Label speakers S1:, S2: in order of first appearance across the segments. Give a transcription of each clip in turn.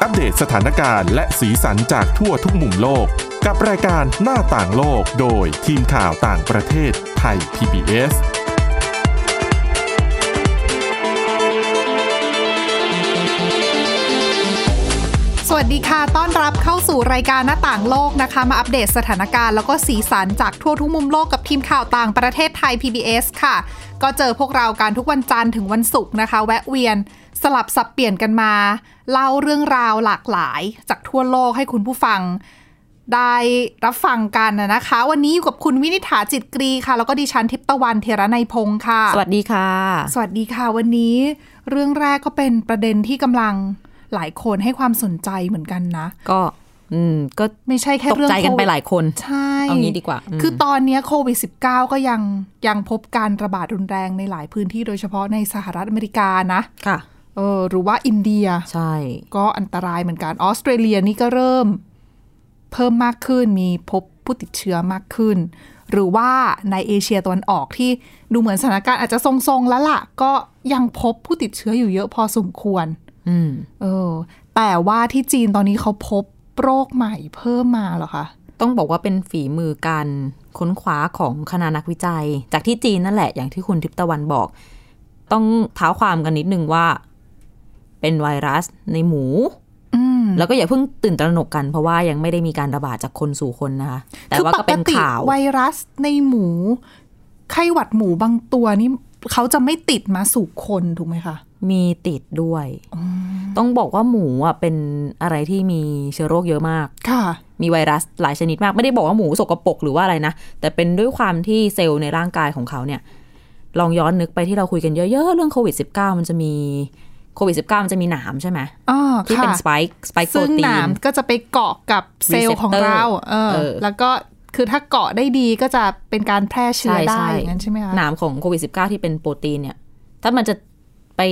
S1: อัปเดตสถานการณ์และสีสันจากทั่วทุกมุมโลก กับรายการหน้าต่างโลกโดยทีมข่าวต่างประเทศไทย PBS
S2: สวัสดีค่ะ ต้อนรับเข้าสู่รายการหน้าต่างโลกนะคะ มาอัปเดตสถานการณ์แล้วก็สีสันจากทั่วทุกมุมโลกกับทีมข่าวต่างประเทศไทย PBS ค่ะ ก็เจอพวกเรากันทุกวันจันทร์ถึงวันศุกร์นะคะ แวะเวียนสลับสับเปลี่ยนกันมา เล่าเรื่องราวหลากหลาย จากทั่วโลกให้คุณผู้ฟัง ได้รับฟังกันน่ะนะคะ วันนี้อยู่กับคุณวินิษฐาจิตกรีค่ะ แล้วก็ดิฉันทิพย์ตะวันเทระในยพงค์ค่ะ
S3: สวัสดีค่ะ
S2: สวัสดีค่ะวันนี้เรื่องแรกก็เป็นประเด็นที่กำลังหลายคนให้ความสนใจเหมือนกันนะ
S3: ก็ อืม ก็
S2: ไม่ใช่แค่
S3: ตก
S2: เรื่อง
S3: ใจกันไปหลายคน
S2: ใช่
S3: เอางี้ดีกว่าอืม
S2: คือตอนเนี้ยโควิด -19 ก็ยังยังพบการระบาดรุนแรงในหลายพื้นที่โดยเฉพาะในสหรัฐอเมริกานะ
S3: ค่ะ
S2: เออหรือว่าอินเดีย
S3: ใช่
S2: ก็อันตรายเหมือนกันออสเตรเลียนี่ก็เริ่ม เพิ่มมากขึ้นมีพบผู้ติดเชื้อมากขึ้น หรือว่าในเอเชียตะวันออกที่ดูเหมือนสถานการณ์อาจจะทรงๆแล้วล่ะ ก็ยังพบผู้ติดเชื้ออยู่เยอะพอสมควร
S3: อืม
S2: เออ แต่ว่าที่จีนตอนนี้เขาพบโรคใหม่เพิ่มมาเหรอคะ
S3: ต้องบอกว่าเป็นฝีมือการค้นคว้าของคณะนักวิจัย จากที่จีนนั่นแหละอย่างที่คุณทิพย์ตะวันบอก ต้องเท้าความกันนิดนึงว่า เป็นไวรัสในหมู
S2: อืม
S3: แล้วก็อย่าเพิ่งตื่นตระหนกกัน เพราะว่ายังไม่ได้มีการระบาดจากคนสู่คนนะคะ แต่ว่าก็เป็น
S2: คือปติ
S3: ข่าว
S2: ไวรัสในหมู ไข้หวัดหมูบางตัวนี่เขาจะไม่ติดมาสู่คนถูกไหมคะ
S3: มีติดด้วย ต้องบอกว่าหมูอ่ะเป็นอะไรที่มีเชื้อโรคเยอะมาก
S2: ค่ะ
S3: มีไวรัสหลายชนิดมาก ไม่ได้บอกว่าหมูสกปรกหรือว่าอะไรนะ แต่เป็นด้วยความที่เซลล์ในร่างกายของเขาเนี่ย ลองย้อนนึกไปที่เราคุยกันเยอะๆ เรื่องโควิด -19 มันจะมีโควิด -19 มันจะมีหนามใช่ไหม
S2: อ่า
S3: ที่
S2: ค่ะ
S3: เป็นสไปค์สไปค์โปร
S2: ซึ่ง
S3: ตี
S2: ห
S3: น
S2: นามก็จะไปเกาะกับเซลล์ของเรา
S3: Receptor
S2: เออ
S3: เออ
S2: แล้วก็คือถ้าเกาะได้ดีก็จะเป็นการแพร่เชื้อได้อย่างนั้นใช่ไหมคะ
S3: หนามของโควิด -19 ที่เป็นโปรตีนเนี่ย ถ้ามันจะไป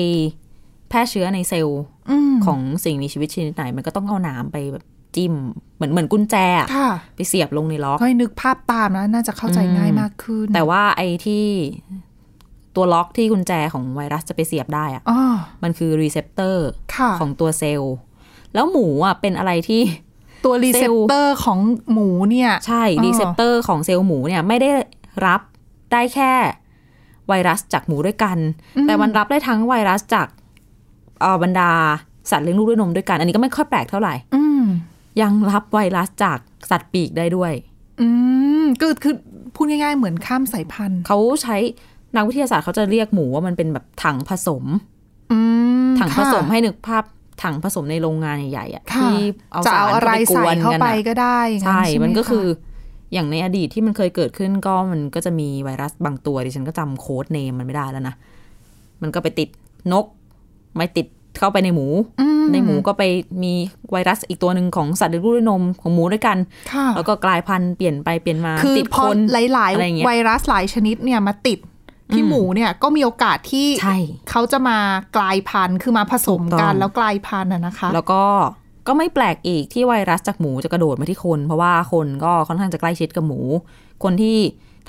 S3: แพร่เชื้อในเซลล์
S2: อืม
S3: ของสิ่งมีชีวิตชนิดไหน มันก็ต้องเอาหนามไปแบบจิ้มเหมือนเหมือนกุญแจอะ
S2: ค่ะ
S3: ไปเสียบลงในล็อก
S2: ค่อยนึกภาพตามนะน่าจะเข้าใจง่ายมากขึ้น
S3: แต่ว่าไอ้ที่ตัวล็อกที่กุญแจของไวรัสจะไปเสียบได้อะ
S2: อ๋อ
S3: มันคือรีเซพเตอร์
S2: ค่ะ
S3: ของตัวเซลล์ แล้วหมูอ่ะเป็นอะไรที่
S2: ตัวรีเซ
S3: เซล
S2: พ
S3: ล์
S2: เตอร์ของหมูเนี่ย
S3: ใช่
S2: อ๋อ
S3: รีเซพเตอร์ของเซลล์หมูเนี่ยไม่ได้รับได้แค่ไวรัสจากหมูด้วยกัน แต่มันรับได้ทั้งไวรัสจากเอ่อบรรดาสัตว์เลี้ยงลูกด้วยนมด้วยกัน อันนี้ก็ไม่ค่อยแปลกเท่าไหร่
S2: อืม
S3: ยังรับไวรัสจากสัตว์ปีกได้ด้วย
S2: อืมก็คือพูดง่ายๆเหมือนข้ามสายพันธุ์
S3: เขาใช้นักวิทยาศาสตร์เขาจะเรียกหมูว่ามันเป็นแบบถังผสม
S2: อืม
S3: ถังผ
S2: ค่ะ
S3: สมให้นึกภาพถังผสมในโรงงานใหญ่ๆอะ
S2: ค่ะ
S3: ที่เอา
S2: จะ
S3: สาร
S2: เอาอะไร
S3: เข้าไปก
S2: ใส่
S3: วน
S2: เข้า
S3: กัน
S2: ไป
S3: อะ
S2: ก็ได้อย่างนั้น
S3: ใช่
S2: ไห
S3: มันก็
S2: ะ
S3: คืออย่างในอดีตที่มันเคยเกิดขึ้นก็มันก็จะมีไวรัสบางตัวดิฉันก็จำโค้ดเนมมันไม่ได้แล้วนะ มันก็ไปติดนก ไม่ติดเข้าไปในหมู
S2: อื
S3: ในหมูก็ไปมีไวรัสอีกตัวหนึ่งของสัตว์เลี้ยงลูกด้วยนมของหมูด้วยกัน
S2: ค่ะ
S3: แล้วก็กลายพันธุ์เปลี่ยนไปเปลี่ยนมา
S2: คือ
S3: ติด
S2: พ
S3: ค
S2: อน หลาย
S3: อะไร
S2: ๆ
S3: เงี้ย
S2: ไวรัสหลายชนิดเนี่ยมาติดที่
S3: อืม
S2: หมูเนี่ยก็มีโอกาสที่
S3: ใช่
S2: เขาจะมากลายพันธุ์คือมาผสม
S3: ถูกต้
S2: กั
S3: อน ง
S2: แล้วกลายพันธุ์อะนะคะ
S3: แล้วก็ก็ไม่แปลกอีกที่ไวรัสจากหมูจะกระโดดมาที่คน เพราะว่าคนก็ค่อนข้างจะใกล้ชิดกับหมู คนที่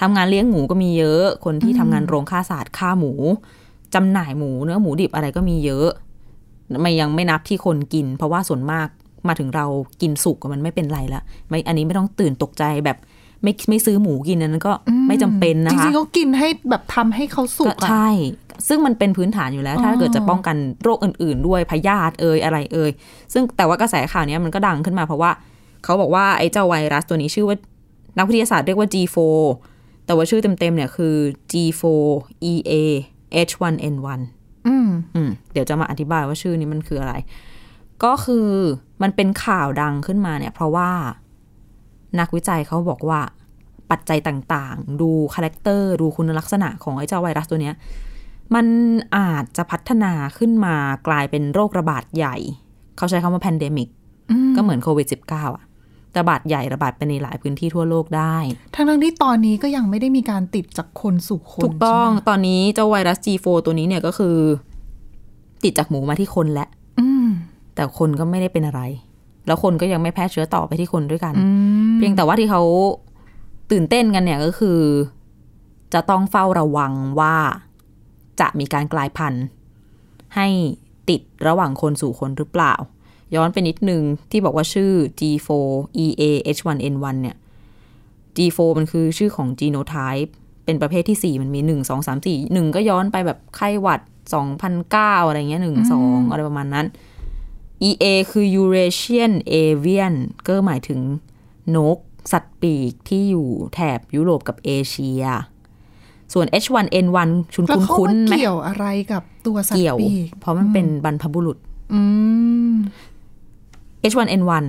S3: ทำงานเลี้ยงหมูก็มีเยอะ คนที่ทำงานโรงฆ่าสัตว์ฆ่าหมูจำหน่ายหมูเนื้อหมูดิบอะไรก็มีเยอะไม่ยังไม่นับที่คนกิน เพราะว่าส่วนมากมาถึงเรากินสุกมันไม่เป็นไรละไม่อันนี้ไม่ต้องตื่นตกใจแบบไม่ไม่ซื้อหมูกินอันนั้นก็
S2: อืม
S3: ไม่จำเป็นนะ
S2: จ
S3: คะ
S2: ริงๆก็กินให้แบบทำให้เขาสุก
S3: ก็
S2: อะ
S3: ใช่ ซึ่งมันเป็นพื้นฐานอยู่แล้ว ถ้า
S2: อ๋อ
S3: เกิดจะป้องกันโรคอื่น ๆ ด้วยพยาธิเอ่ยอะไรเอ่ย ซึ่งแต่ว่ากระแสข่าวเนี้ยมันก็ดังขึ้นมาเพราะว่าเขาบอกว่าไอ้เจ้าไวรัสตัวนี้ชื่อว่านักวิทยาศาสตร์เรียกว่า G4 แต่ว่าชื่อเต็ม ๆ เนี่ยคือ G4EA H1N1
S2: อืม
S3: อืมเดี๋ยวจะมาอธิบายว่าชื่อนี้มันคืออะไร ก็คือมันเป็นข่าวดังขึ้นมาเนี่ย เพราะว่านักวิจัยเขาบอกว่าปัจจัยต่างๆ ดูคาแรคเตอร์ ดูคุณลักษณะของไอ้เจ้าไวรัสตัวเนี้ย มันอาจจะพัฒนาขึ้นมากลายเป็นโรคระบาดใหญ่ เขาใช้คำว่า pandemic
S2: อืม
S3: ก็เหมือนโควิด -19 อะระบาดใหญ่ระบาดไปในหลายพื้นที่ทั่วโลกได้
S2: ทั้งทั้งๆที่ตอนนี้ก็ยังไม่ได้มีการติดจากคนสู่คน
S3: ถูกต้อง
S2: ใช่ไหม
S3: ตอนนี้เจ้าไวรัส G4 ตัวนี้เนี่ยก็คือ ติดจากหมูมาที่คนและ
S2: อืม
S3: แต่คนก็ไม่ได้เป็นอะไร แล้วคนก็ยังไม่แพร่เชื้อต่อไปที่คนด้วยกัน
S2: อืม
S3: เพียงแต่ว่าที่เขาตื่นเต้นกันเนี่ยก็คือ จะต้องเฝ้าระวังว่าจะมีการกลายพันธุ์ ให้ติดระหว่างคนสู่คนหรือเปล่า ย้อนไปนิดนึงที่บอกว่าชื่อ G4EAH1N1 เนี่ย G4 มันคือชื่อของ genotype เป็นประเภทที่ 4 มันมี 1 2 3 4 1 ก็ย้อนไปแบบไข้หวัด 2009 อะไรเงี้ย 1 2 อะไรประมาณนั้น EA คือ Eurasian Avian ก็หมายถึงนก สัตว์ปีกที่อยู่แถบยุโรปกับเอเชีย ส่วน H1N1 ชุน
S2: แล้ว
S3: คุ้น
S2: เขา
S3: คุ้น
S2: มา
S3: ๆไหม
S2: เกี่ยวอะไรกับตัวสัต
S3: เกี่ยว
S2: ว์ปีก
S3: เพราะมันเป็นบรรพบุรุษ
S2: อืม
S3: H1N1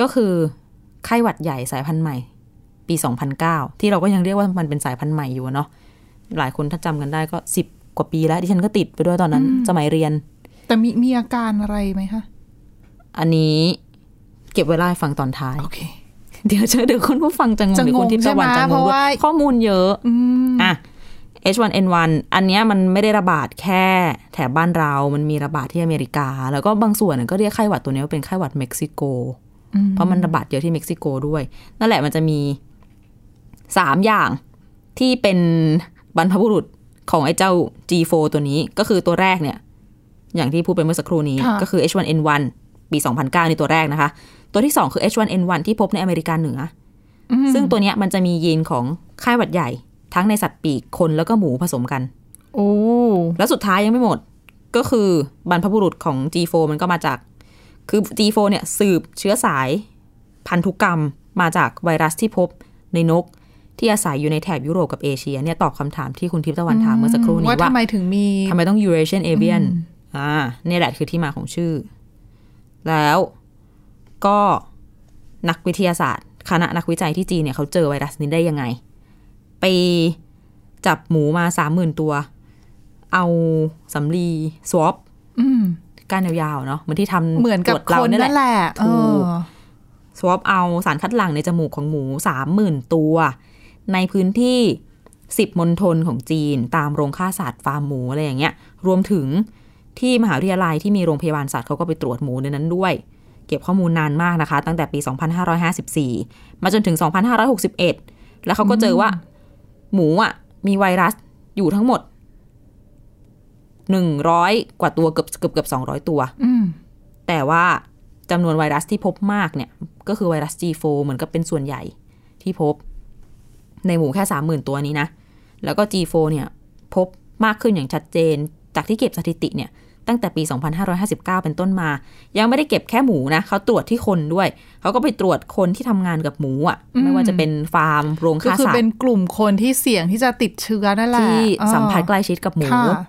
S3: ก็คือไข้หวัดใหญ่สายพันธุ์ใหม่ ปี 2009 ที่เราก็ยังเรียกว่ามันเป็นสายพันธุ์ใหม่อยู่อะเนาะหลายคนถ้าจำกันได้ก็ 10 กว่าปีแล้ว ดิฉันก็ติดไปด้วยตอนนั้นสมัยเรียน
S2: แต่มีมีอาการอะไรไหมคะ
S3: อันนี้เก็บไว้เล่าให้ฟังตอนท้าย
S2: โอเค
S3: เดี๋ยวเจอเดี๋ยวคุณผู้ฟังจะงง
S2: จะงง
S3: เดี๋ยวคุณทิพย์จะหวัน
S2: ใช่
S3: จะ
S2: ไหม
S3: ง
S2: เพ
S3: ง
S2: ราะ
S3: ด้ว
S2: ว่า
S3: ยข้อมูลเยอะ
S2: อืม
S3: อ่ะ H1N1 อันเนี้ยมันไม่ได้ระบาดแค่แถบบ้านเรา มันมีระบาดที่อเมริกา แล้วก็บางส่วนก็เรียกไข้หวัดตัวเนี้ยว่าเป็นไข้หวัดเม็กซิโก
S2: อืม
S3: เพราะมันระบาดเยอะที่เม็กซิโกด้วย นั่นแหละมันจะมีสามอย่างที่เป็นบรรพบุรุษของไอ้เจ้า G4 ตัวนี้ ก็คือตัวแรกเนี่ย อย่างที่พูดไปเมื่อสักครู่นี้
S2: ค่ะ
S3: ก็คือ H1N1 ปี 2009ในตัวแรกนะคะ ตัวที่สองคือ H1N1 ที่พบในอเมริกาเหนือ
S2: อืม
S3: ซึ่งตัวเนี้ยมันจะมียีนของไข้หวัดใหญ่ ทั้งในสัตว์ปีกคนแล้วก็หมูผสมกัน
S2: โอ้
S3: แล้วสุดท้ายยังไม่หมด ก็คือบรรพบุรุษของ G4 มันก็มาจาก คือ G4 เนี่ยสืบเชื้อสายพันธุกรรมมาจากไวรัสที่พบในนก ที่อาศัยอยู่ในแถบยุโรปกับเอเชียเนี่ยตอบคำถามที่คุณทิพย์ตะวันถามเมื่อสักครู่นี้
S2: ว่า
S3: ว่า
S2: ทำไมถึงมี
S3: ทำไมต้อง Eurasian Avian อ่าเนี่ยแหละคือที่มาของชื่อ แล้วก็นักวิทยาศาสตร์ คณะนักวิจัยที่จีนเนี่ยเขาเจอไวรัสนี้ได้ยังไง ไปจับหมูมาสามหมื่นตัว เอาสำลีสวอป
S2: อืม
S3: ก้านยาวๆเนาะเหมือนที่ทำ
S2: เหมือนกับ
S3: ตรวจ
S2: ค
S3: เรา
S2: น
S3: เนี่ยแห
S2: นั่
S3: ละ
S2: นแหละเ
S3: ถูก
S2: ออ
S3: สวอปเอาสารคัดหลั่งในจมูกของหมู 30,000 ตัว ในพื้นที่ 10มณฑลของจีน ตามโรงฆ่าสัตว์ฟาร์มหมูอะไรอย่างเงี้ย รวมถึงที่มหาวิทยาลัยที่มีโรงพยาบาลสัตว์เขาก็ไปตรวจหมูในนั้นด้วย เก็บข้อมูลนานมากนะคะ ตั้งแต่ปี 2554 มาจนถึง 2561 แล้วเขาก็เจอว่า หมูอ่ะ มีไวรัสอยู่ทั้งหมด 100 กว่าตัวเกือบเกือบเกือบ200 ตัว
S2: อืม
S3: แต่ว่าจำนวนไวรัสที่พบมากเนี่ย ก็คือไวรัส G4 เหมือนกับเป็นส่วนใหญ่ที่พบ ในหมูแค่สามหมื่นตัวนี้นะ แล้วก็ G4 เนี่ย พบมากขึ้นอย่างชัดเจน จากที่เก็บสถิติเนี่ย ตั้งแต่ปี 2559 เป็นต้นมา ยังไม่ได้เก็บแค่หมูนะเขาตรวจที่คนด้วย เขาก็ไปตรวจคนที่ทำงานกับหมูอะ่ะ ไม่ว่าจะเป็นฟาร์มโรง
S2: ก็
S3: ฆ่า
S2: คือ
S3: สัต
S2: เป็น
S3: ว์
S2: กลุ่มคนที่เสี่ยงที่จะติดเชื้อนั่นแหละ
S3: ที่
S2: เออ
S3: สัมผัสใกล้ชิดกับหมู
S2: ค่ะ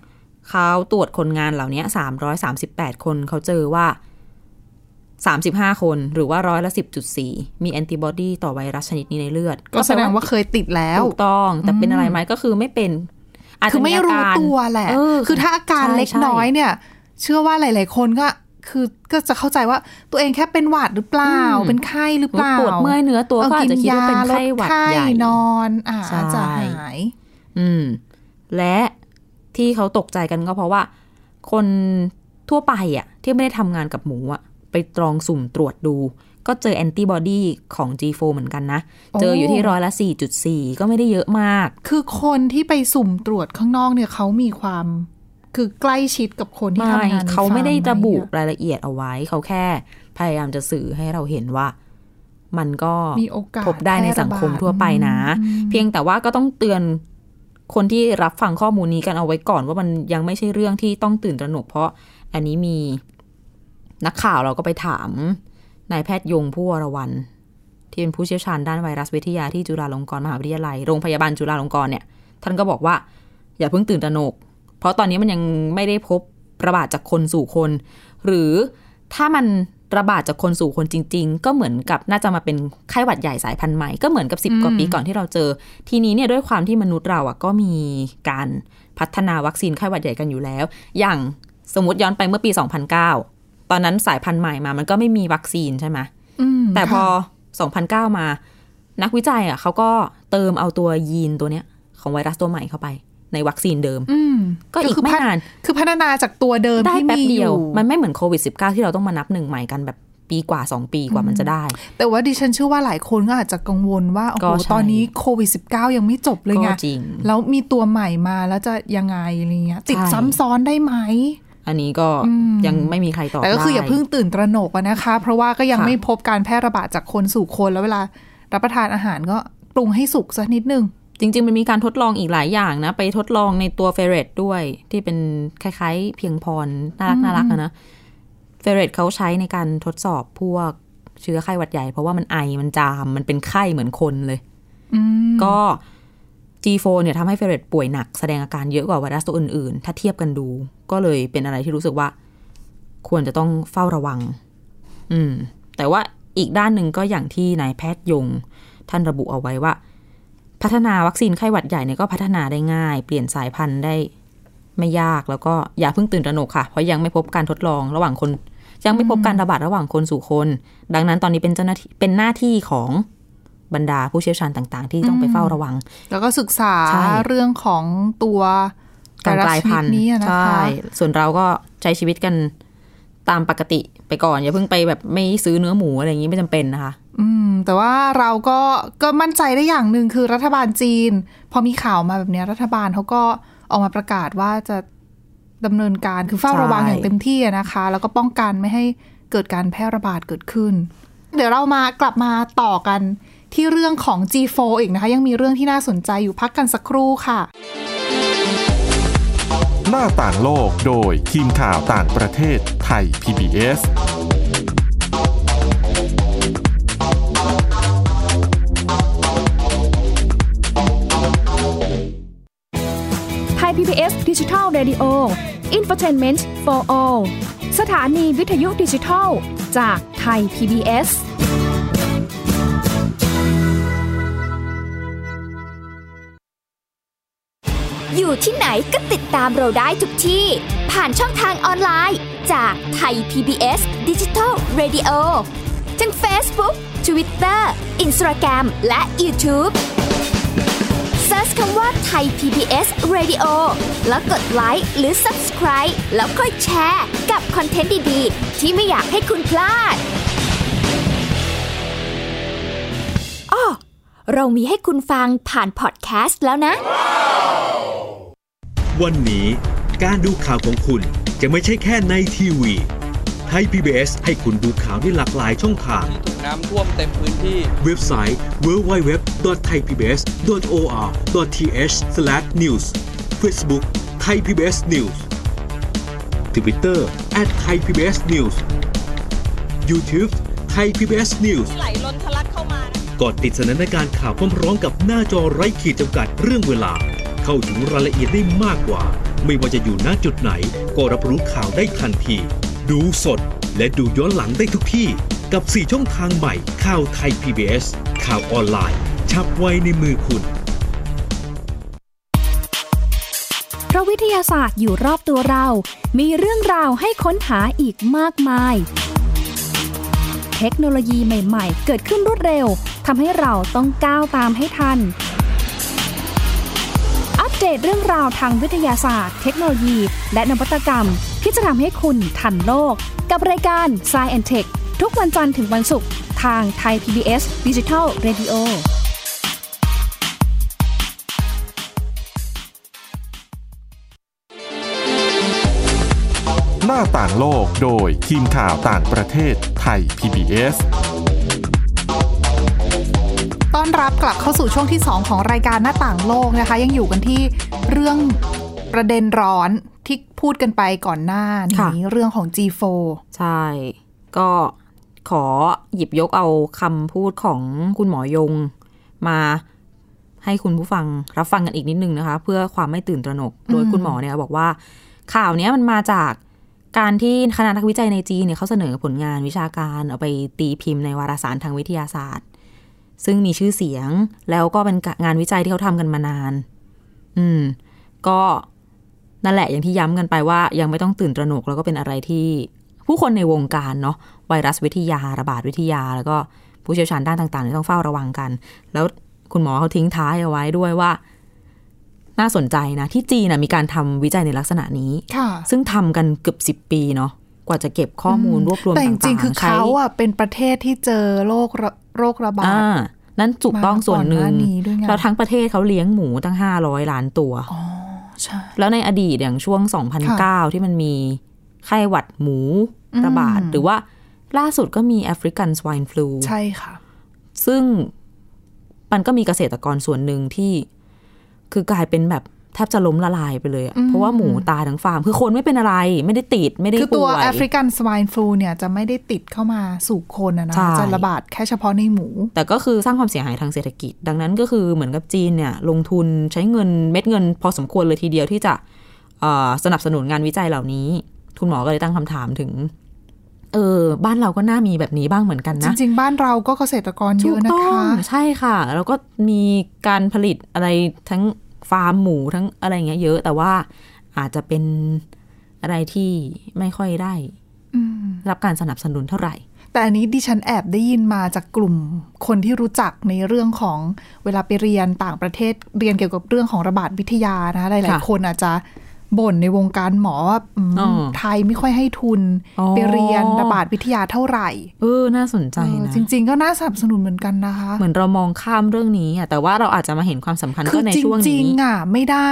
S3: เขาตรวจคนงานเหล่านี้ 338 คนเขาเจอว่า 35 คนหรือว่าร้อยละ 10.4 มีแอนติบอดีต่อไวรัสชนิดนี้ในเลือด
S2: ก็แสดงว่าเคยติดแล้
S3: ปลว่า ถูกต้อง แต่เป็นอะไรไหมก็คือไม่เป็น อาจ
S2: คื
S3: จะ
S2: อไม่
S3: อา
S2: รู้
S3: การ
S2: ตัวแหละ
S3: เออ
S2: คือถ้าอาการ
S3: ใช่
S2: เล็กน้อยเนี่ย เชื่อว่าหลาย ๆ คนก็ คือก็จะเข้าใจว่าตัวเองแค่เป็นหวัดหรือเปล่า
S3: อืม
S2: เป็นไข้หรือเปล่า
S3: ปวดเมื่อยเนื้อตัวก็อาจจะคิดว่าเป็นไข้หวัด
S2: เออกินยาล
S3: ใหญ่
S2: ไข้นอนอ่า
S3: ใช่
S2: อาจจะหาย
S3: อืม และที่เขาตกใจกันก็เพราะว่า คนทั่วไปอ่ะ ที่ไม่ได้ทำงานกับหมูอ่ะ ไปตรองสุ่มตรวจดู ก็เจอแอนติบอดีของ G4 เหมือนกันนะ เจออยู่ที่ร้อยละ 4.4 ก็ไม่ได้เยอะมาก
S2: คือคนที่ไปสุ่มตรวจข้างนอกเนี่ยเขามีความ คือใกล้ชิดกับคนที่
S3: ไม่
S2: ทำงานใน
S3: เขาไม่ได้
S2: ฟ
S3: ระบุ
S2: ห
S3: รายละเอียดเอาไว้ เขาแค่พยายามจะสื่อให้เราเห็นว่า มันก็
S2: มีโอกาส
S3: พบได้ในสังคมทั่วไปนะ เพียงแต่ว่าก็ต้องเตือนคนที่รับฟังข้อมูลนี้กันเอาไว้ก่อน ว่ามันยังไม่ใช่เรื่องที่ต้องตื่นตระหนก เพราะอันนี้มีนักข่าวเราก็ไปถามนายแพทย์ยงผู้วรวัน ที่เป็นผู้เชี่ยวชาญด้านไวรัสวิทยาที่จุฬาลงกรณ์มหาวิทยาลัยโรงพยาบาลจุฬาลงกรณ์เนี่ย ท่านก็บอกว่า อย่าเพิ่งตื่นตระหนก เพราะตอนนี้มันยังไม่ได้พบระบาดจากคนสู่คน หรือถ้ามันระบาดจากคนสู่คนจริง ๆ ก็เหมือนกับน่าจะมาเป็นไข้หวัดใหญ่สายพันธุ์ใหม่ก็เหมือนกับ 10 กว่าปีก่อนที่เราเจอ ทีนี้เนี่ยด้วยความที่มนุษย์เราอ่ะก็มีการพัฒนาวัคซีนไข้หวัดใหญ่กันอยู่แล้ว อย่างสมมติย้อนไปเมื่อปี 2009 ตอนนั้นสายพันธุ์ใหม่มา มันก็ไม่มีวัคซีนใช่ไหม
S2: อืม
S3: แต่พอ
S2: ค่ะ
S3: 2009 มา นักวิจัยอ่ะเขาก็เติมเอาตัวยีนตัวเนี้ย ของไวรัสตัวใหม่เข้าไป ในวัคซีนเดิม
S2: อืม
S3: ก็อีก
S2: คื
S3: ไม่
S2: พัฒ
S3: นาน
S2: คือพัฒนาจากตัวเดิม
S3: ได้
S2: ที่
S3: แป๊บ
S2: มี
S3: เดี
S2: อ
S3: ยว
S2: ยู่
S3: มันไม่เหมือนโควิด -19 ที่เราต้องมานับหนึ่งใหม่กันแบบปีกว่า 2 ปีกว่ามันจะได้
S2: แต่ว่าดิฉันเชื่อว่าหลายคนก็อาจจะกังวลว่า โอ้
S3: ก็
S2: โห
S3: ใช่
S2: ตอนนี้โควิด -19 ยังไม่จบเลยไง
S3: ก็จริง
S2: แล้วมีตัวใหม่มาแล้วจะยังไงอะไรเงี้ย ติด
S3: ใช่
S2: ซ้ำซ้อนได้ไหม
S3: อันนี้ก็
S2: อืม
S3: ยังไม่มีใครตอบ
S2: แต่ก็คือ
S3: ได้
S2: อย่าเพิ่งตื่นตระหนกอะนะคะ เพราะว่าก็ยัง
S3: ค่ะ
S2: ไม่พบการแพร่ระบาดจากคนสู่คนแล้วเวลา รับประทานอาหารก็ปรุงให้สุกสักนิดนึง
S3: จริง ๆ มันมีการทดลองอีกหลายอย่างนะ ไปทดลองในตัวเฟเรตด้วย ที่เป็นคล้ายๆ เพียงพรน่ารักน่ารักอะนะเฟเรตเขาใช้ในการทดสอบพวกเชื้อไข้หวัดใหญ่ เพราะว่ามันไอมันจามมันเป็นไข้เหมือนคนเลย
S2: อืม
S3: ก็ G4 เนี่ยทำให้เฟเรตป่วยหนักแสดงอาการเยอะกว่าไวรัสตัวอื่นๆ ถ้าเทียบกันดู ก็เลยเป็นอะไรที่รู้สึกว่า ควรจะต้องเฝ้าระวัง อืม แต่ว่าอีกด้านหนึ่งก็อย่างที่นายแพทย์ยง ท่านระบุเอาไว้ว่า พัฒนาวัคซีนไข้หวัดใหญ่เนี่ยก็พัฒนาได้ง่าย เปลี่ยนสายพันธุ์ได้ไม่ยากแล้วก็อย่าเพิ่งตื่นตระหนกค่ะ เพราะยังไม่พบการทดลองระหว่างคน ยังไม่พบการระบาดระหว่างคนสู่คน ดังนั้นตอนนี้เป็นเจ้าหน้าที่เป็นหน้าที่ของบรรดาผู้เชี่ยวชาญต่างๆ ที่ต้องไปเฝ้าระวัง
S2: แล้วก็ศึกษา
S3: ใช่
S2: เรื่องของตัว
S3: การกลายพัน
S2: ไวรัสชด
S3: ธุ์
S2: นี้อะนะ
S3: ใช่
S2: คะ
S3: ส่วนเราก็ใช้ชีวิตกันตามปกติไปก่อน อย่าเพิ่งไปแบบไม่ซื้อเนื้อหมูอะไรอย่างนี้ไม่จำเป็นนะคะ
S2: อืม แต่ว่าเราก็ก็มั่นใจได้อย่างหนึ่งคือรัฐบาลจีน พอมีข่าวมาแบบเนี้ยรัฐบาลเขาก็ออกมาประกาศว่าจะดำเนินการคือเฝ้าระวัง
S3: ใช่
S2: อย่างเต็มที่อะนะคะ แล้วก็ป้องกันไม่ให้เกิดการแพร่ระบาดเกิดขึ้น เดี๋ยวเรามากลับมาต่อกันที่เรื่องของ G4 อีกนะคะ ยังมีเรื่องที่น่าสนใจอยู่พักกันสักครู่ค่ะ
S1: หน้าต่างโลกโดยทีมข่าวต่างประเทศไทย PBS
S4: ไทย PBS Digital Radio Infotainment for All สถานีวิทยุดิจิทัลจากไทย PBS
S5: อยู่ที่ไหนก็ติดตามเราได้ทุกที่ ผ่านช่องทางออนไลน์ จากไทย PBS Digital Radio ทั้ง Facebook Twitter Instagram และ YouTube Search คำว่าไทย PBS Radio แล้วกดไลค์หรือ Subscribe แล้วค่อยแชร์ กับคอนเทนต์ดี ๆ ที่ไม่อยากให้คุณพลาดอ้อเรามีให้คุณฟังผ่านพอดแคสต์แล้วนะ
S6: วันนี้การดูข่าวของคุณจะไม่ใช่แค่ในทีวีไทย PBS ให้คุณดูข่าวได้หลากหลายช่องทาง
S7: ที่ถูกน้ำท่วมเต็มพื้นที่
S6: เว็บไซต์ www.thaipbs.or.th/news Facebook Thai PBS News Twitter @thaipbsnews YouTube Thai PBS News
S8: ไหลล้นทะลักเข้ามา
S6: กดติดสนันในการข่าวพร้อมๆกับหน้าจอไร้ขีดจำกัดเรื่องเวลา เข้าถึงรายละเอียดได้มากกว่า ไม่ว่าจะอยู่ณจุดไหน ก็รับรู้ข่าวได้ทันที ดูสดและดูย้อนหลังได้ทุกที่ กับ 4 ช่องทางใหม่ข่าวไทย PBS ข่าวออนไลน์ ชับไว้ในมือคุณ
S4: เพราะวิทยาศาสตร์อยู่รอบตัวเรา มีเรื่องราวให้ค้นหาอีกมากมาย เทคโนโลยีใหม่ๆ เกิดขึ้นรวดเร็ว ทำให้เราต้องก้าวตามให้ทัน อัปเดตเรื่องราวทางวิทยาศาสตร์ เทคโนโลยี และนวัตกรรม ที่จะทำให้คุณทันโลก กับรายการ s c i e and Tech ทุกวันจันทร์ถึงวันศุกร์ทางไทย PBS Digital Radio
S1: หน้าต่างโลกโดยทีมข่าวต่างประเทศไทย PBS
S2: ต้อนรับกลับเข้าสู่ช่วงที่ 2 ของรายการหน้าต่างโลกนะคะ ยังอยู่กันที่เรื่องประเด็นร้อนที่พูดกันไปก่อนหน้า
S3: ค่ะ
S2: นี้เรื่องของ G4
S3: ใช่ ก็ขอหยิบยกเอาคำพูดของคุณหมอยง มาให้คุณผู้ฟังรับฟังกันอีกนิดนึงนะคะ เพื่อความไม่ตื่นตระหนก โดยคุณหมอเนี่ยบอกว่า ข่าวเนี้ยมันมาจากการที่คณะนักวิจัยในจีนเนี่ยเขาเสนอผลงานวิชาการ เอาไปตีพิมพ์ในวารสารทางวิทยาศาสตร์ ซึ่งมีชื่อเสียงแล้วก็เป็นงานวิจัยที่เขาทำกันมานาน อืม ก็นั่นแหละอย่างที่ย้ำกันไปว่า ยังไม่ต้องตื่นตระหนกแล้วก็เป็นอะไรที่ ผู้คนในวงการเนาะไวรัสวิทยาระบาดวิทยา แล้วก็ผู้เชี่ยวชาญด้านต่างๆเนี่ยต้องเฝ้าระวังกัน แล้วคุณหมอเขาทิ้งท้ายเอาไว้ด้วยว่า น่าสนใจนะ ที่จีนนะมีการทำวิจัยในลักษณะนี้
S2: ค่ะ
S3: ซึ่งทำกันเกือบสิบปีเนาะกว่าจะเก็บข้อมูลรวบรวม
S2: แต่
S3: ต่า
S2: จ
S3: งๆ
S2: ริงๆ คือ
S3: ใช้
S2: เขาอะเป็นประเทศที่เจอโรคระโรคระบา
S3: อ่า
S2: ด
S3: นั่นถูกต้องส่วนหนึ่
S2: มาก่
S3: ง
S2: อนหน้านี้ด้วยไง
S3: แล้วทั้งประเทศเขาเลี้ยงหมูตั้งห้าร้อยล้านตัว
S2: ใช่
S3: แล้วในอดีตอย่างช่วง
S2: ค่ะ
S3: 2009 ที่มันมี ไข้หวัดหมู
S2: อืม
S3: ระบาด หรือว่าล่าสุดก็มีแอฟริกันส i n e flu
S2: ใช่ค่ะ
S3: ซึ่งมันก็มีเกษตรกรส่วนหนึ่งที่ คือกลายเป็นแบบแทบจะล้มละลายไปเลยอะ
S2: อืม
S3: เพราะว่าหมูตายทั้งฟาร์ม คือคนไม่เป็นอะไร ไม่ได้ติดไม่ได้
S2: คือตั
S3: ป่
S2: ว
S3: วย
S2: แอฟริกันส i n e flu เนี่ยจะไม่ได้ติดเข้ามาสู่คนอะนะ
S3: ใช่
S2: จะระบาดแค่เฉพาะในหมู
S3: แต่ก็คือสร้างความเสียหายทางเศรษฐกิจ ดังนั้นก็คือเหมือนกับจีนเนี่ยลงทุนใช้เงินเม็ดเงินพอสมควรเลยทีเดียวที่จะเอ่อสนับสนุนงานวิจัยเหล่านี้ คุณหมอก็เลยตั้งคำถามถึง เออ บ้านเราก็น่ามีแบบนี้บ้างเหมือนกัน
S2: จ
S3: นะ
S2: ริง ๆ บ้านเราก็เกษตรกรเย
S3: ถู
S2: อะ
S3: ก
S2: นะ
S3: ต้อ
S2: คะ
S3: งใช่ค่ะ แล้วก็มีการผลิตอะไรทั้งฟาร์มหมูทั้งอะไรอย่างเงี้ยเยอะ แต่ว่าอาจจะเป็นอะไรที่ไม่ค่อยได้
S2: อืม
S3: รับการสนับสนุนเท่าไหร่
S2: แต่อันนี้ดิฉันแอบได้ยินมาจากกลุ่มคนที่รู้จักในเรื่องของเวลาไปเรียนต่างประเทศเรียนเกี่ยวกับเรื่องของระบาดวิทยานะหลาย
S3: ค่ะ
S2: ๆคนอาจจะบ่นในวงการหมอว่าอืม
S3: อ๋อ
S2: ไทยไม่ค่อยให้ทุน
S3: อ๋อ
S2: ไปเรียนระบาดวิทยาเท่าไหร่
S3: เออ น่าสนใจ
S2: เออ
S3: นะ
S2: จริง ๆ ก็น่าสนับสนุนเหมือนกันนะคะ
S3: เหมือนเรามองข้ามเรื่องนี้อะแต่ว่าเราอาจจะมาเห็นความสำคัญ
S2: คื
S3: ก็
S2: อ
S3: ใน
S2: จ
S3: ช่วง
S2: ริ
S3: นี้
S2: งๆอ่ะไม่ได้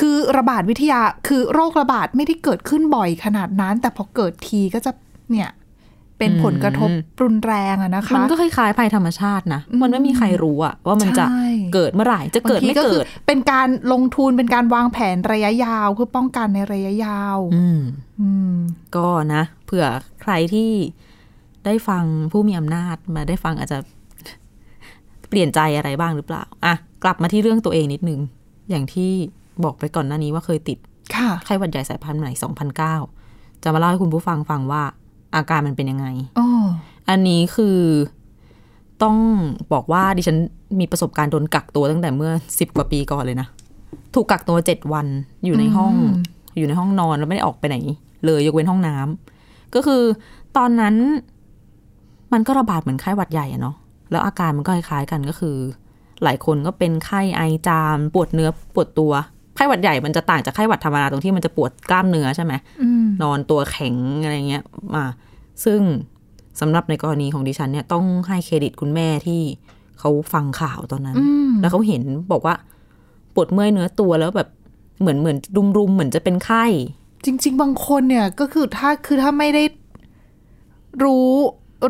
S2: คือระบาดวิทยาคือโรคระบาดไม่ได้เกิดขึ้นบ่อยขนาดนั้น แต่พอเกิดทีก็จะเนี่ยเป็นผลกระทบ
S3: อืม
S2: รุนแรงอะนะคะ
S3: มันก็คล้ายๆภัยธรรมชาตินะ
S2: อืม
S3: มันไม่มีใครรู้อะว่ามันจะ
S2: ใช่
S3: เกิดเมื่อไหร่ จะเกิด
S2: บางที
S3: ไม่เกิ
S2: คือ
S3: ด
S2: เป็นการลงทุนเป็นการวางแผนระยะยาวเพื่อป้องกันในระยะยาว
S3: อืม
S2: อืม
S3: ก็นะ เผื่อใครที่ได้ฟังผู้มีอำนาจมาได้ฟังอาจจะ เปลี่ยนใจอะไรบ้างหรือเปล่าอะกลับมาที่เรื่องตัวเองนิดนึง อย่างที่บอกไปก่อนหน้านี้ว่าเคยติด
S2: ค่ะ
S3: ไข้หวัดใหญ่สายพันธุ์ใหม่2009 จะมาเล่าให้คุณผู้ฟังฟังว่า อาการมันเป็นยังไง
S2: อ๋อ
S3: อันนี้คือต้องบอกว่าดิฉันมีประสบการณ์โดนกักตัวตั้งแต่เมื่อสิบกว่าปีก่อนเลยนะ ถูกกักตัวเจ็ดวันอยู่ในห้อง
S2: อืม
S3: อยู่ในห้องนอนแล้วไม่ได้ออกไปไหน เลยยกเว้นห้องน้ำก็คือตอนนั้นมันก็ระบาดเหมือนไข้หวัดใหญ่อะเนาะแล้วอาการมันก็คล้ายๆกันก็คือ หลายคนก็เป็นไข้ไอจามปวดเนื้อปวดตัวไข้หวัดใหญ่มันจะต่างจากไข้หวัดธรรมดาตรงที่มันจะปวดกล้ามเนื้อใช่ไหม
S2: อืม
S3: นอนตัวแข็งอะไรเงี้ยมาซึ่งสำหรับในกรณีของดิฉันเนี่ยต้องให้เครดิตคุณแม่ที่เขาฟังข่าวตอนนั้น
S2: อืม
S3: แล้วเขาเห็นบอกว่าปวดเมื่อยเนื้อตัวแล้วแบบเหมือนเหมือนรุมๆเหมือนจะเป็นไข้
S2: จริง ๆ บางคนเนี่ยก็คือถ้าคือถ้าไม่ได้รู้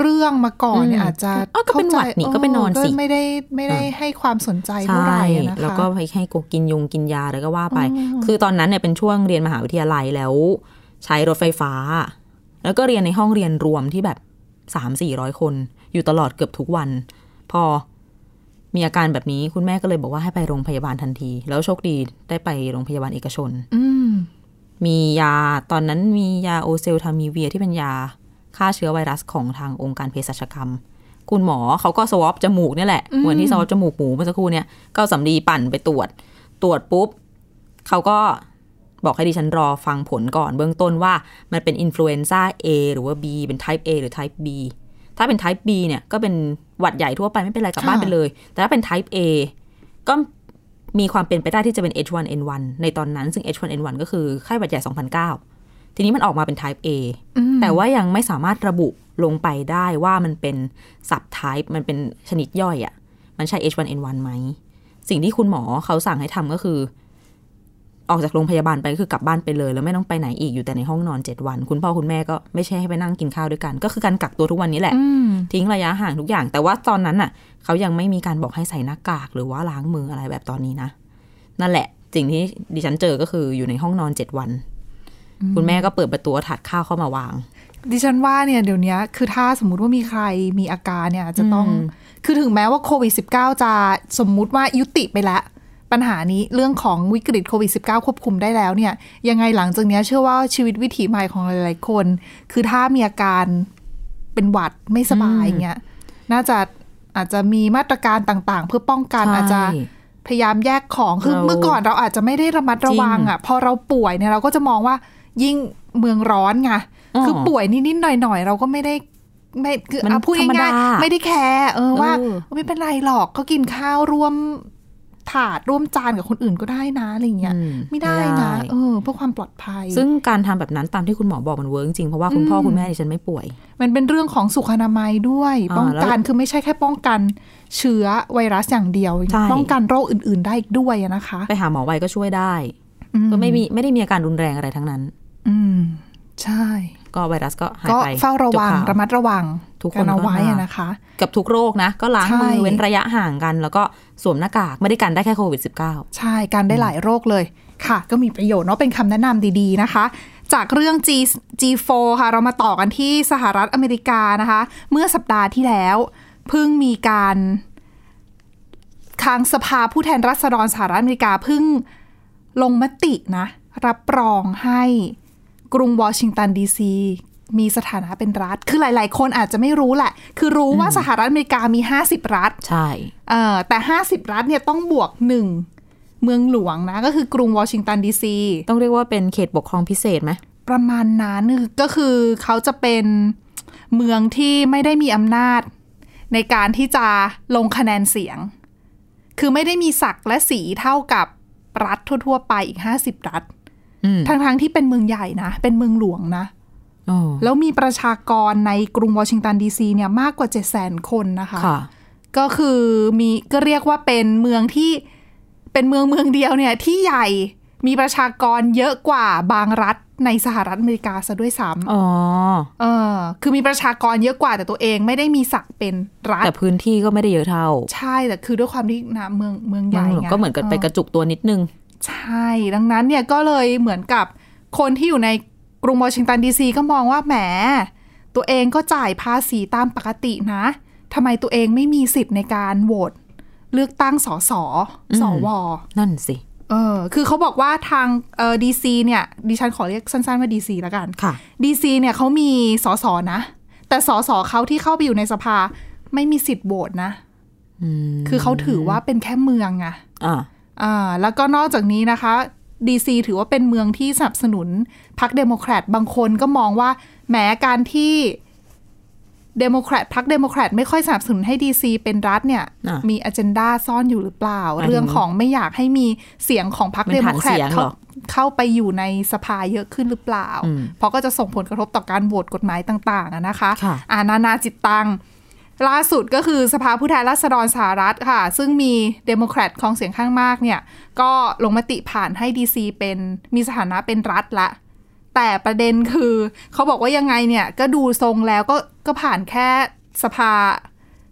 S2: เรื่องมาก่อนเนี่ย
S3: อืม
S2: อาจจะ
S3: เอ้าก็เป็นหวัดนี่
S2: ข้าใจ
S3: ก็ไปนอนสิ
S2: ก็ไม่ได้ไม่ได้
S3: อ่า
S2: ให้ความสนใจเท่าไหร่อะนะคะ
S3: แล้วก็ให้ให้กินยงกินยาแล้วก็ว่าไป
S2: อ๋อ
S3: คือตอนนั้นเนี่ยเป็นช่วงเรียนมหาวิทยาลัยแล้ว ใช้รถไฟฟ้า แล้วก็เรียนในห้องเรียนรวมที่แบบสามสี่ร้อยคน อยู่ตลอดเกือบทุกวัน พอมีอาการแบบนี้คุณแม่ก็เลยบอกว่าให้ไปโรงพยาบาลทันที แล้วโชคดีได้ไปโรงพยาบาลเอกชน
S2: อืม
S3: มียาตอนนั้นมียาโอเซลทามีเวียที่เป็นยาฆ่าเชื้อไวรัสของทางองค์การเภสัชกรรม คุณหมอเขาก็สวอปจมูกเนี่ยแหละ
S2: อืม
S3: เหมือนที่สวอปจมูกหมูเมื่อสักครู่เนี่ยก็เอาสำลีปั่นไปตรวจ ตรวจปุ๊บ เขาก็บอกให้ดิฉันรอฟังผลก่อน เบื้องต้นว่ามันเป็นอินฟลูเอนซ่า A หรือว่า B เป็น type A หรือ type B ถ้าเป็น type B เนี่ยก็เป็นหวัดใหญ่ทั่วไปไม่เป็นไรกลับบ้านไปเลย แต่ถ้าเป็น type A ก็มีความเป็นไปได้ที่จะเป็น H1N1 ในตอนนั้นซึ่ง H1N1 ก็คือไข้หวัดใหญ่ 2009 ทีนี้มันออกมาเป็น type A
S2: อืม
S3: แต่ว่ายังไม่สามารถระบุลงไปได้ว่ามันเป็น subtype มันเป็นชนิดย่อยอะ่ะ มันใช่ H1N1 ไหม สิ่งที่คุณหมอเขาสั่งให้ทำก็คือ ออกจากโรงพยาบาลไปก็คือกลับบ้านไปเลย แล้วไม่ต้องไปไหนอีกอยู่แต่ในห้องนอนเจ็ดวัน คุณพ่อคุณแม่ก็ไม่ใช่ให้ไปนั่งกินข้าวด้วยกัน ก็คือการกักตัวทุกวันนี้แหละ
S2: อืม
S3: ทิ้งระยะห่างทุกอย่าง แต่ว่าตอนนั้นน่ะ เขายังไม่มีการบอกให้ใส่หน้ากากหรือว่าล้างมืออะไรแบบตอนนี้นะ นั่นแหละ สิ่งที่ดิฉันเจอก็คืออยู่ในห้องนอนเจ็ดวัน คุณแม่ก็เปิดประตูเอาถาดข้าวเข้ามาวาง
S2: ดิฉันว่าเนี่ยเดี๋ยวเนี้ยคือถ้าสมมติว่ามีใครมีอาการเนี่ยจะต้อง
S3: อืม
S2: คือถึงแม้ว่าโควิด -19 จะสมมุติว่ายุติไปแล้ว ปัญหานี้เรื่องของวิกฤตโควิด -19 ควบคุมได้แล้วเนี่ย ยังไงหลังจากเนี้ยเชื่อว่าชีวิตวิถีใหม่ของหลาย ๆ คน คือถ้ามีอาการเป็นหวัดไม่สบาย
S3: อืม
S2: เงี้ยน่าจะอาจจะมีมาตรการต่างๆ เพื่อป้องกันอาจจะ
S3: ใช่
S2: พยายามแยกของคือ
S3: เรา
S2: เมื่อก่อนเราอาจจะไม่ได้ระมัดระวังอ่ะพอเราป่วยเนี่ยเราก็จะมองว่ายิ่งเมืองร้อนไง
S3: อ๋อ
S2: คือป่วยนิดๆหน่อยๆ เราก็ไม่ได้ไม่คือ
S3: มัน
S2: เอาพูด
S3: ธรรม
S2: ง่าย
S3: ดา
S2: ๆไม่ได้แคร์เออ
S3: เออ
S2: ว่าไม่เป็นไรหรอกก็กินข้าวร่วมถาดร่วมจานกับคนอื่นก็ได้นะอะไรอย่างเงี้ย
S3: อื
S2: ไม่ได้
S3: ม่
S2: นะเออเพื่อความปลอดภัย
S3: ซึ่งการทำแบบนั้นตามที่คุณหมอบอกมันเวิร์กจริงๆเพราะว่าคุณพ่อ
S2: อืม
S3: คุณแม่ดิฉันไม่ป่วย
S2: มันเป็นเรื่องของสุขอนามัยด้วย
S3: อ่า
S2: ป้องกัน
S3: แล้ว
S2: คือไม่ใช่แค่ป้องกันเชื้อไวรัสอย่างเดียว
S3: ใช่
S2: ป้องกันโรคอื่น ๆ ได้อีกด้วยอะนะคะ
S3: ไปหาหมอไวก็ช่วยได้
S2: อื
S3: ก็ไม่มีไม่ได้มีอาการรุนแรงอะไรทั้งนั้น
S2: อืม ใช่
S3: ก็ไวรัสก็หาย
S2: ก็
S3: ไป
S2: เฝ้าระวัง
S3: จบข่า
S2: ระมัดระวัง
S3: ทุกคน
S2: เอาไว้
S3: ก็มา
S2: อะนะคะ
S3: กับทุกโรคนะ ก็ล้างมือ
S2: ใช่
S3: เว้นระยะห่างกัน แล้วก็สวมหน้ากากไม่ได้กันได้แค่โควิด -19
S2: ใช่ การได้หลายโรคเลยค่ะ ก็มีประโยชน์เนาะเป็นคำแนะนำดีๆนะคะ จากเรื่อง G G4 ค่ะ เรามาต่อกันที่สหรัฐอเมริกานะคะ เมื่อสัปดาห์ที่แล้ว เพิ่งมีการทางสภาผู้แทนราษฎรสหรัฐอเมริกาเพิ่งลงมตินะ รับรองให้กรุงวอชิงตันดีซีมีสถานะเป็นรัฐ คือหลายๆ คนอาจจะไม่รู้แหละ คือรู้ว่าสหรัฐอเมริกามี 50 รัฐ
S3: ใช่
S2: เอ่อแต่ 50 รัฐเนี่ยต้องบวก 1 เมืองหลวงนะ ก็คือกรุงวอชิงตันดีซี
S3: ต้องเรียกว่าเป็นเขตปกครองพิเศษไหม
S2: ประมาณนั้นก็คือเขาจะเป็นเมืองที่ไม่ได้มีอำนาจ ในการที่จะลงคะแนนเสียง คือไม่ได้มีศักดิ์และสีเท่ากับรัฐทั่ว ๆ ไปอีก 50 รัฐ
S3: อืม
S2: ทั้งๆทที่เป็นเมืองใหญ่นะ เป็นเมืองหลวงนะ
S3: อ๋อ
S2: แล้วมีประชากรในกรุงวอชิงตันดีซีเนี่ยมากกว่า 7 0 0 0 0 0 คนนะคะ
S3: ค่ะ
S2: ก็คือมีก็เรียกว่าเป็นเมืองที่เป็นเมืองเมืองเดียวเนี่ยที่ใหญ่มีประชากรเยอะกว่าบางรัฐในสหรัฐอเมริกาซะด้วยซ้
S3: อ๋อ
S2: ำเออคือมีประชากรเยอะกว่าแต่ตัวเองไม่ได้มีศักดิ์เป็นรัฐ
S3: แต่พื้นที่ก็ไม่ได้เยอะเท่า
S2: ใช่แต่คือด้วยความที่นะเมืองเมืองให
S3: เมือ
S2: ญ่
S3: งหลวง
S2: ไง
S3: ก็เหมือนกับไปกระจุกตัวนิดนึง
S2: ใช่ ดังนั้นเนี่ยก็เลยเหมือนกับคนที่อยู่ในกรุงวอชิงตันดีซีก็มองว่าแหมตัวเองก็จ่ายภาษีตามปกตินะทำไมตัวเองไม่มีสิทธิ์ในการโหวตเลือกตั้งสสสว
S3: นั่นสิ
S2: เออคือเขาบอกว่าทางเออดีซีเนี่ย ดิฉันขอเรียกสั้นๆว่าดีซีละกัน
S3: ค่ะ
S2: ดีซีเนี่ยเขามีสอสอนะ แต่สอสอเขาที่เข้าไปอยู่ในสภาไม่มีสิทธิ์โหวตนะ
S3: อืม
S2: คือเขาถือว่าเป็นแค่เมืองอะ
S3: อ่า
S2: อ่าแล้วก็นอกจากนี้นะคะดีซีถือว่าเป็นเมืองที่สนับสนุนพรรคเดโมแครตบางคนก็มองว่าแหมการที่เดโมแครตพรรคเดโมแครตไม่ค่อยสนับสนุนให้ดีซีเป็นรัฐเนี่ย
S3: อ่ะ
S2: มีอ g e n d a ซ่อนอยู่หรือเปล่า
S3: หมายถึง
S2: เรื่องของไม่อยากให้มีเสียงของพรรค
S3: เป็
S2: เด
S3: น
S2: โม
S3: ฐาน
S2: แคร
S3: เสี
S2: ต
S3: ยงเหร
S2: เข้า
S3: อ
S2: เข้าไปอยู่ในสภาเยอะขึ้นหรือเปล่า
S3: อืม
S2: เพราะก็จะส่งผลกระทบต่อการโหวตกฎหมายต่างๆอะนะคะ
S3: ค่ะ
S2: อานานาจิตตัง ล่าสุดก็คือสภาผู้แทนราษฎรสหรัฐค่ะ ซึ่งมีเดโมแครตของเสียงข้างมากเนี่ย ก็ลงมติผ่านให้ดีซีเป็นมีสถานะเป็นรัฐละ แต่ประเด็นคือเขาบอกว่ายังไงเนี่ย ก็ดูทรงแล้วก็ก็ผ่านแค่สภา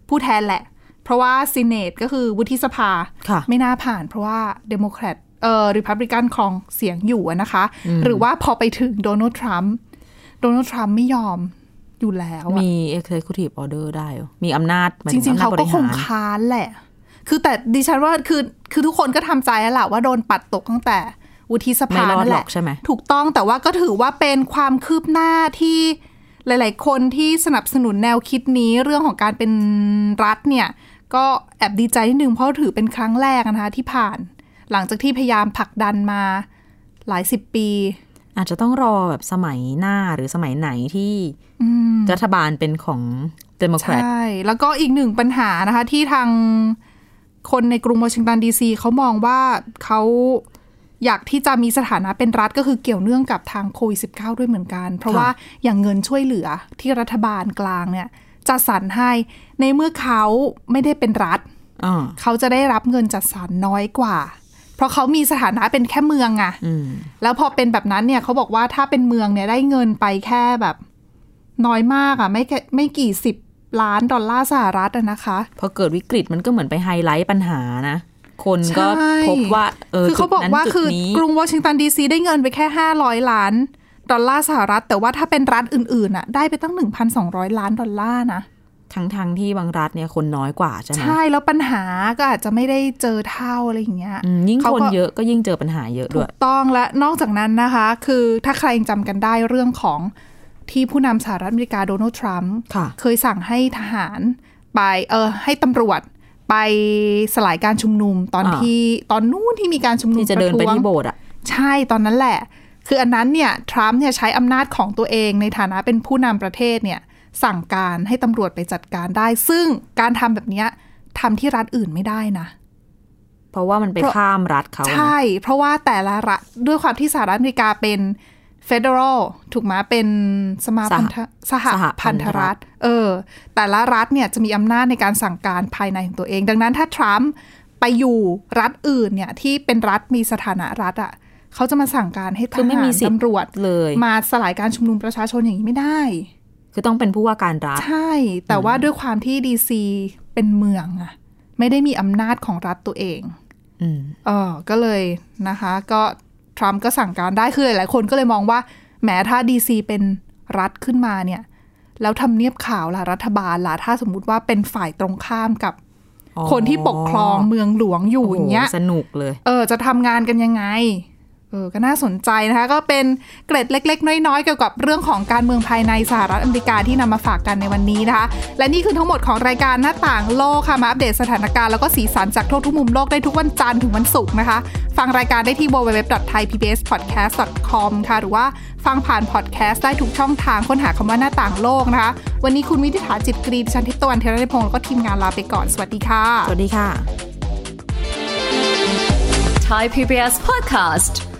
S2: ผู้แทนแหละ เพราะว่าซีเนตก็คือวุฒิสภา
S3: ค่ะ
S2: ไม่น่าผ่านเพราะว่าเดโมแครตเอ่อริพับลิกันครองเสียงอยู่อะนะคะ หรือว่าพอไปถึงโดนัลด์ทรัมป์โดนัลด์ทรัมป์ไม่ยอมอยู่แล้วอะ
S3: มี executive order ได้เหรอมีอำนาจหมย
S2: จ
S3: ถึ
S2: ริง ๆ
S3: อำน
S2: เขา
S3: จบ
S2: ก็ค
S3: ห
S2: งค้านแหละ คือแต่ดิฉันว่าคือคือทุกคนก็ทำใจแล้วแหละว่าโดนปัดตกตั้งแต่วุฒิส
S3: ไม่
S2: ภาร
S3: อด
S2: นั่น
S3: ห
S2: แห
S3: รอ
S2: ละ
S3: กใช่ไหม
S2: ถูกต้องแต่ว่าก็ถือว่าเป็นความคืบหน้าที่หลาย ๆ คนที่สนับสนุนแนวคิดนี้เรื่องของการเป็นรัฐเนี่ย ก็แอบดีใจนิดนึงเพราะถือเป็นครั้งแรกนะคะที่ผ่าน หลังจากที่พยายามผลักดันมาหลายสิบปี
S3: อาจจะต้องรอแบบสมัยหน้าหรือสมัยไหนที่รัฐบาลเป็นของเดโมแครต
S2: ใช่ แล้วก็อีกหนึ่งปัญหานะคะที่ทางคนในกรุงวอชิงตันดีซีเขามองว่าเขาอยากที่จะมีสถานะเป็นรัฐก็คือเกี่ยวเนื่องกับทางโควิด -19 ด้วยเหมือนกัน เพราะว่าอย่างเงินช่วยเหลือที่รัฐบาลกลางเนี่ยจัดสรรให้ในเมื่อเขาไม่ได้เป็นรัฐ
S3: อ่า
S2: เขาจะได้รับเงินจัดสรรน้อยกว่า เพราะเขามีสถานะเป็นแค่เมืองอะ
S3: อืม
S2: แล้วพอเป็นแบบนั้นเนี่ยเขาบอกว่าถ้าเป็นเมืองเนี่ยได้เงินไปแค่แบบ น้อยมากอะ่ะไม่แค่ไม่กี่สิบล้านดอลลาร์สหรัฐอะนะคะ
S3: พอเกิดวิกฤตมันก็เหมือนไปไฮไลท์ปัญหานะ คนก็
S2: ใช่
S3: พบว่า เออ
S2: คือเขาบอกว่า
S3: จุดนั้น
S2: คือ
S3: จุดนี้
S2: กรุงวอชิงตันดีซีได้เงินไปแค่ 500 ล้าน ดอลลาร์สหรัฐ แต่ว่าถ้าเป็นรัฐอื่นๆอะ่ะได้ไปตั้ง 1,200 ล้านดอลลาร์นะ
S3: ทั้งทงๆที่บางรัฐเนี่ยคนน้อยกว่าใช่ไหม
S2: ใช่แล้วปัญหาก็อาจจะไม่ได้เจอเท่าอะไรอย่างเงี้ย
S3: อืมยิ่ง
S2: เขา
S3: คน
S2: ก็
S3: เยอะก็ยิ่งเจอปัญหาเยอะด้
S2: ถู
S3: วย
S2: กต้องและนอกจากนั้นนะคะ คือถ้าใครยังจำกันได้เรื่องของที่ผู้นำสหรัฐอเมริกาโดนัลด์ทรัมป์
S3: ค่ะ
S2: เคยสั่งให้ทหารไปเออให้ตำรวจไปสลายการชุมนุมตอน
S3: อ่า
S2: ที่ตอนนู้นที่มีการชุมนุม
S3: ที่จะเดินไป
S2: ระท้วง
S3: ที่โบสถ์อ่ะ
S2: ใช่ตอนนั้นแหละ คืออันนั้นเนี่ยทรัมป์เนี่ยใช้อำนาจของตัวเองในฐานะเป็นผู้นำประเทศเนี่ยสั่งการให้ตำรวจไปจัดการได้ ซึ่งการทำแบบเนี้ยทำที่รัฐอื่นไม่ได้นะ
S3: เพราะว่ามันไป
S2: เพราะ
S3: ข้ามรัฐเขาอะนะ
S2: ใช่ เพราะว่าแต่ละรัฐด้วยความที่สหรัฐอเมริกาเป็น federal ถูกไหมเป็นสมาพันธสหพันธรัฐ เออ แต่ละรัฐเนี่ยจะมีอำนาจในการสั่งการภายในของตัวเอง ดังนั้นถ้าทรัมป์ไปอยู่รัฐอื่นเนี่ยที่เป็นรัฐมีสถานะรัฐอะ เขาจะมาสั่งการให้ท
S3: คือไม่
S2: หาร
S3: มีสิทธิ์
S2: ตำรวจ
S3: เลย
S2: มาสลายการชุมนุมประชาชนอย่างนี้ไม่ได้
S3: คือต้องเป็นผู้ว่าการรัฐ
S2: ใช่ แต่ว่าด้วยความที่ดีซีเป็นเมืองอะไม่ได้มีอำนาจของรัฐตัวเอง
S3: อืม
S2: เออก็เลยนะคะ ก็ทรัมป์ก็สั่งการได้คือหลายๆคนก็เลยมองว่าแหมถ้าดีซีเป็นรัฐขึ้นมาเนี่ย แล้วทำเนียบข่าวล่ะรัฐบาลล่ะถ้าสมมุติว่าเป็นฝ่ายตรงข้ามกับ
S3: อ๋อ
S2: คนที่ปกครองเมืองหลวงอยู่อย่างเงี้ย
S3: โโหสนุกเลย
S2: เออจะทำงานกันยังไง เออก็น่าสนใจนะคะ ก็เป็นเกร็ดเล็ก ๆ น้อยๆ เกี่ยวกับเรื่องของการเมืองภายในสหรัฐอเมริกาที่นำมาฝากกันในวันนี้นะคะ และนี่คือทั้งหมดของรายการหน้าต่างโลกค่ะ มาอัปเดตสถานการณ์แล้วก็สีสันจากทั่วทุกมุมโลกได้ทุกวันจันทร์ถึงวันศุกร์นะคะ ฟังรายการได้ที่ www.thaipbspodcast.com ค่ะ หรือว่าฟังผ่านพอดแคสต์ได้ทุกช่องทางค้นหาคำว่าหน้าต่างโลกนะคะ วันนี้คุณวิธิฐาจิตกรีนชันทิพย์ตะวันเทระพงศ์แล้วก็ทีมงานลาไปก่อนสวัสดีค่ะ
S3: สวัสดีค่ะ
S8: Thai PBS podcast.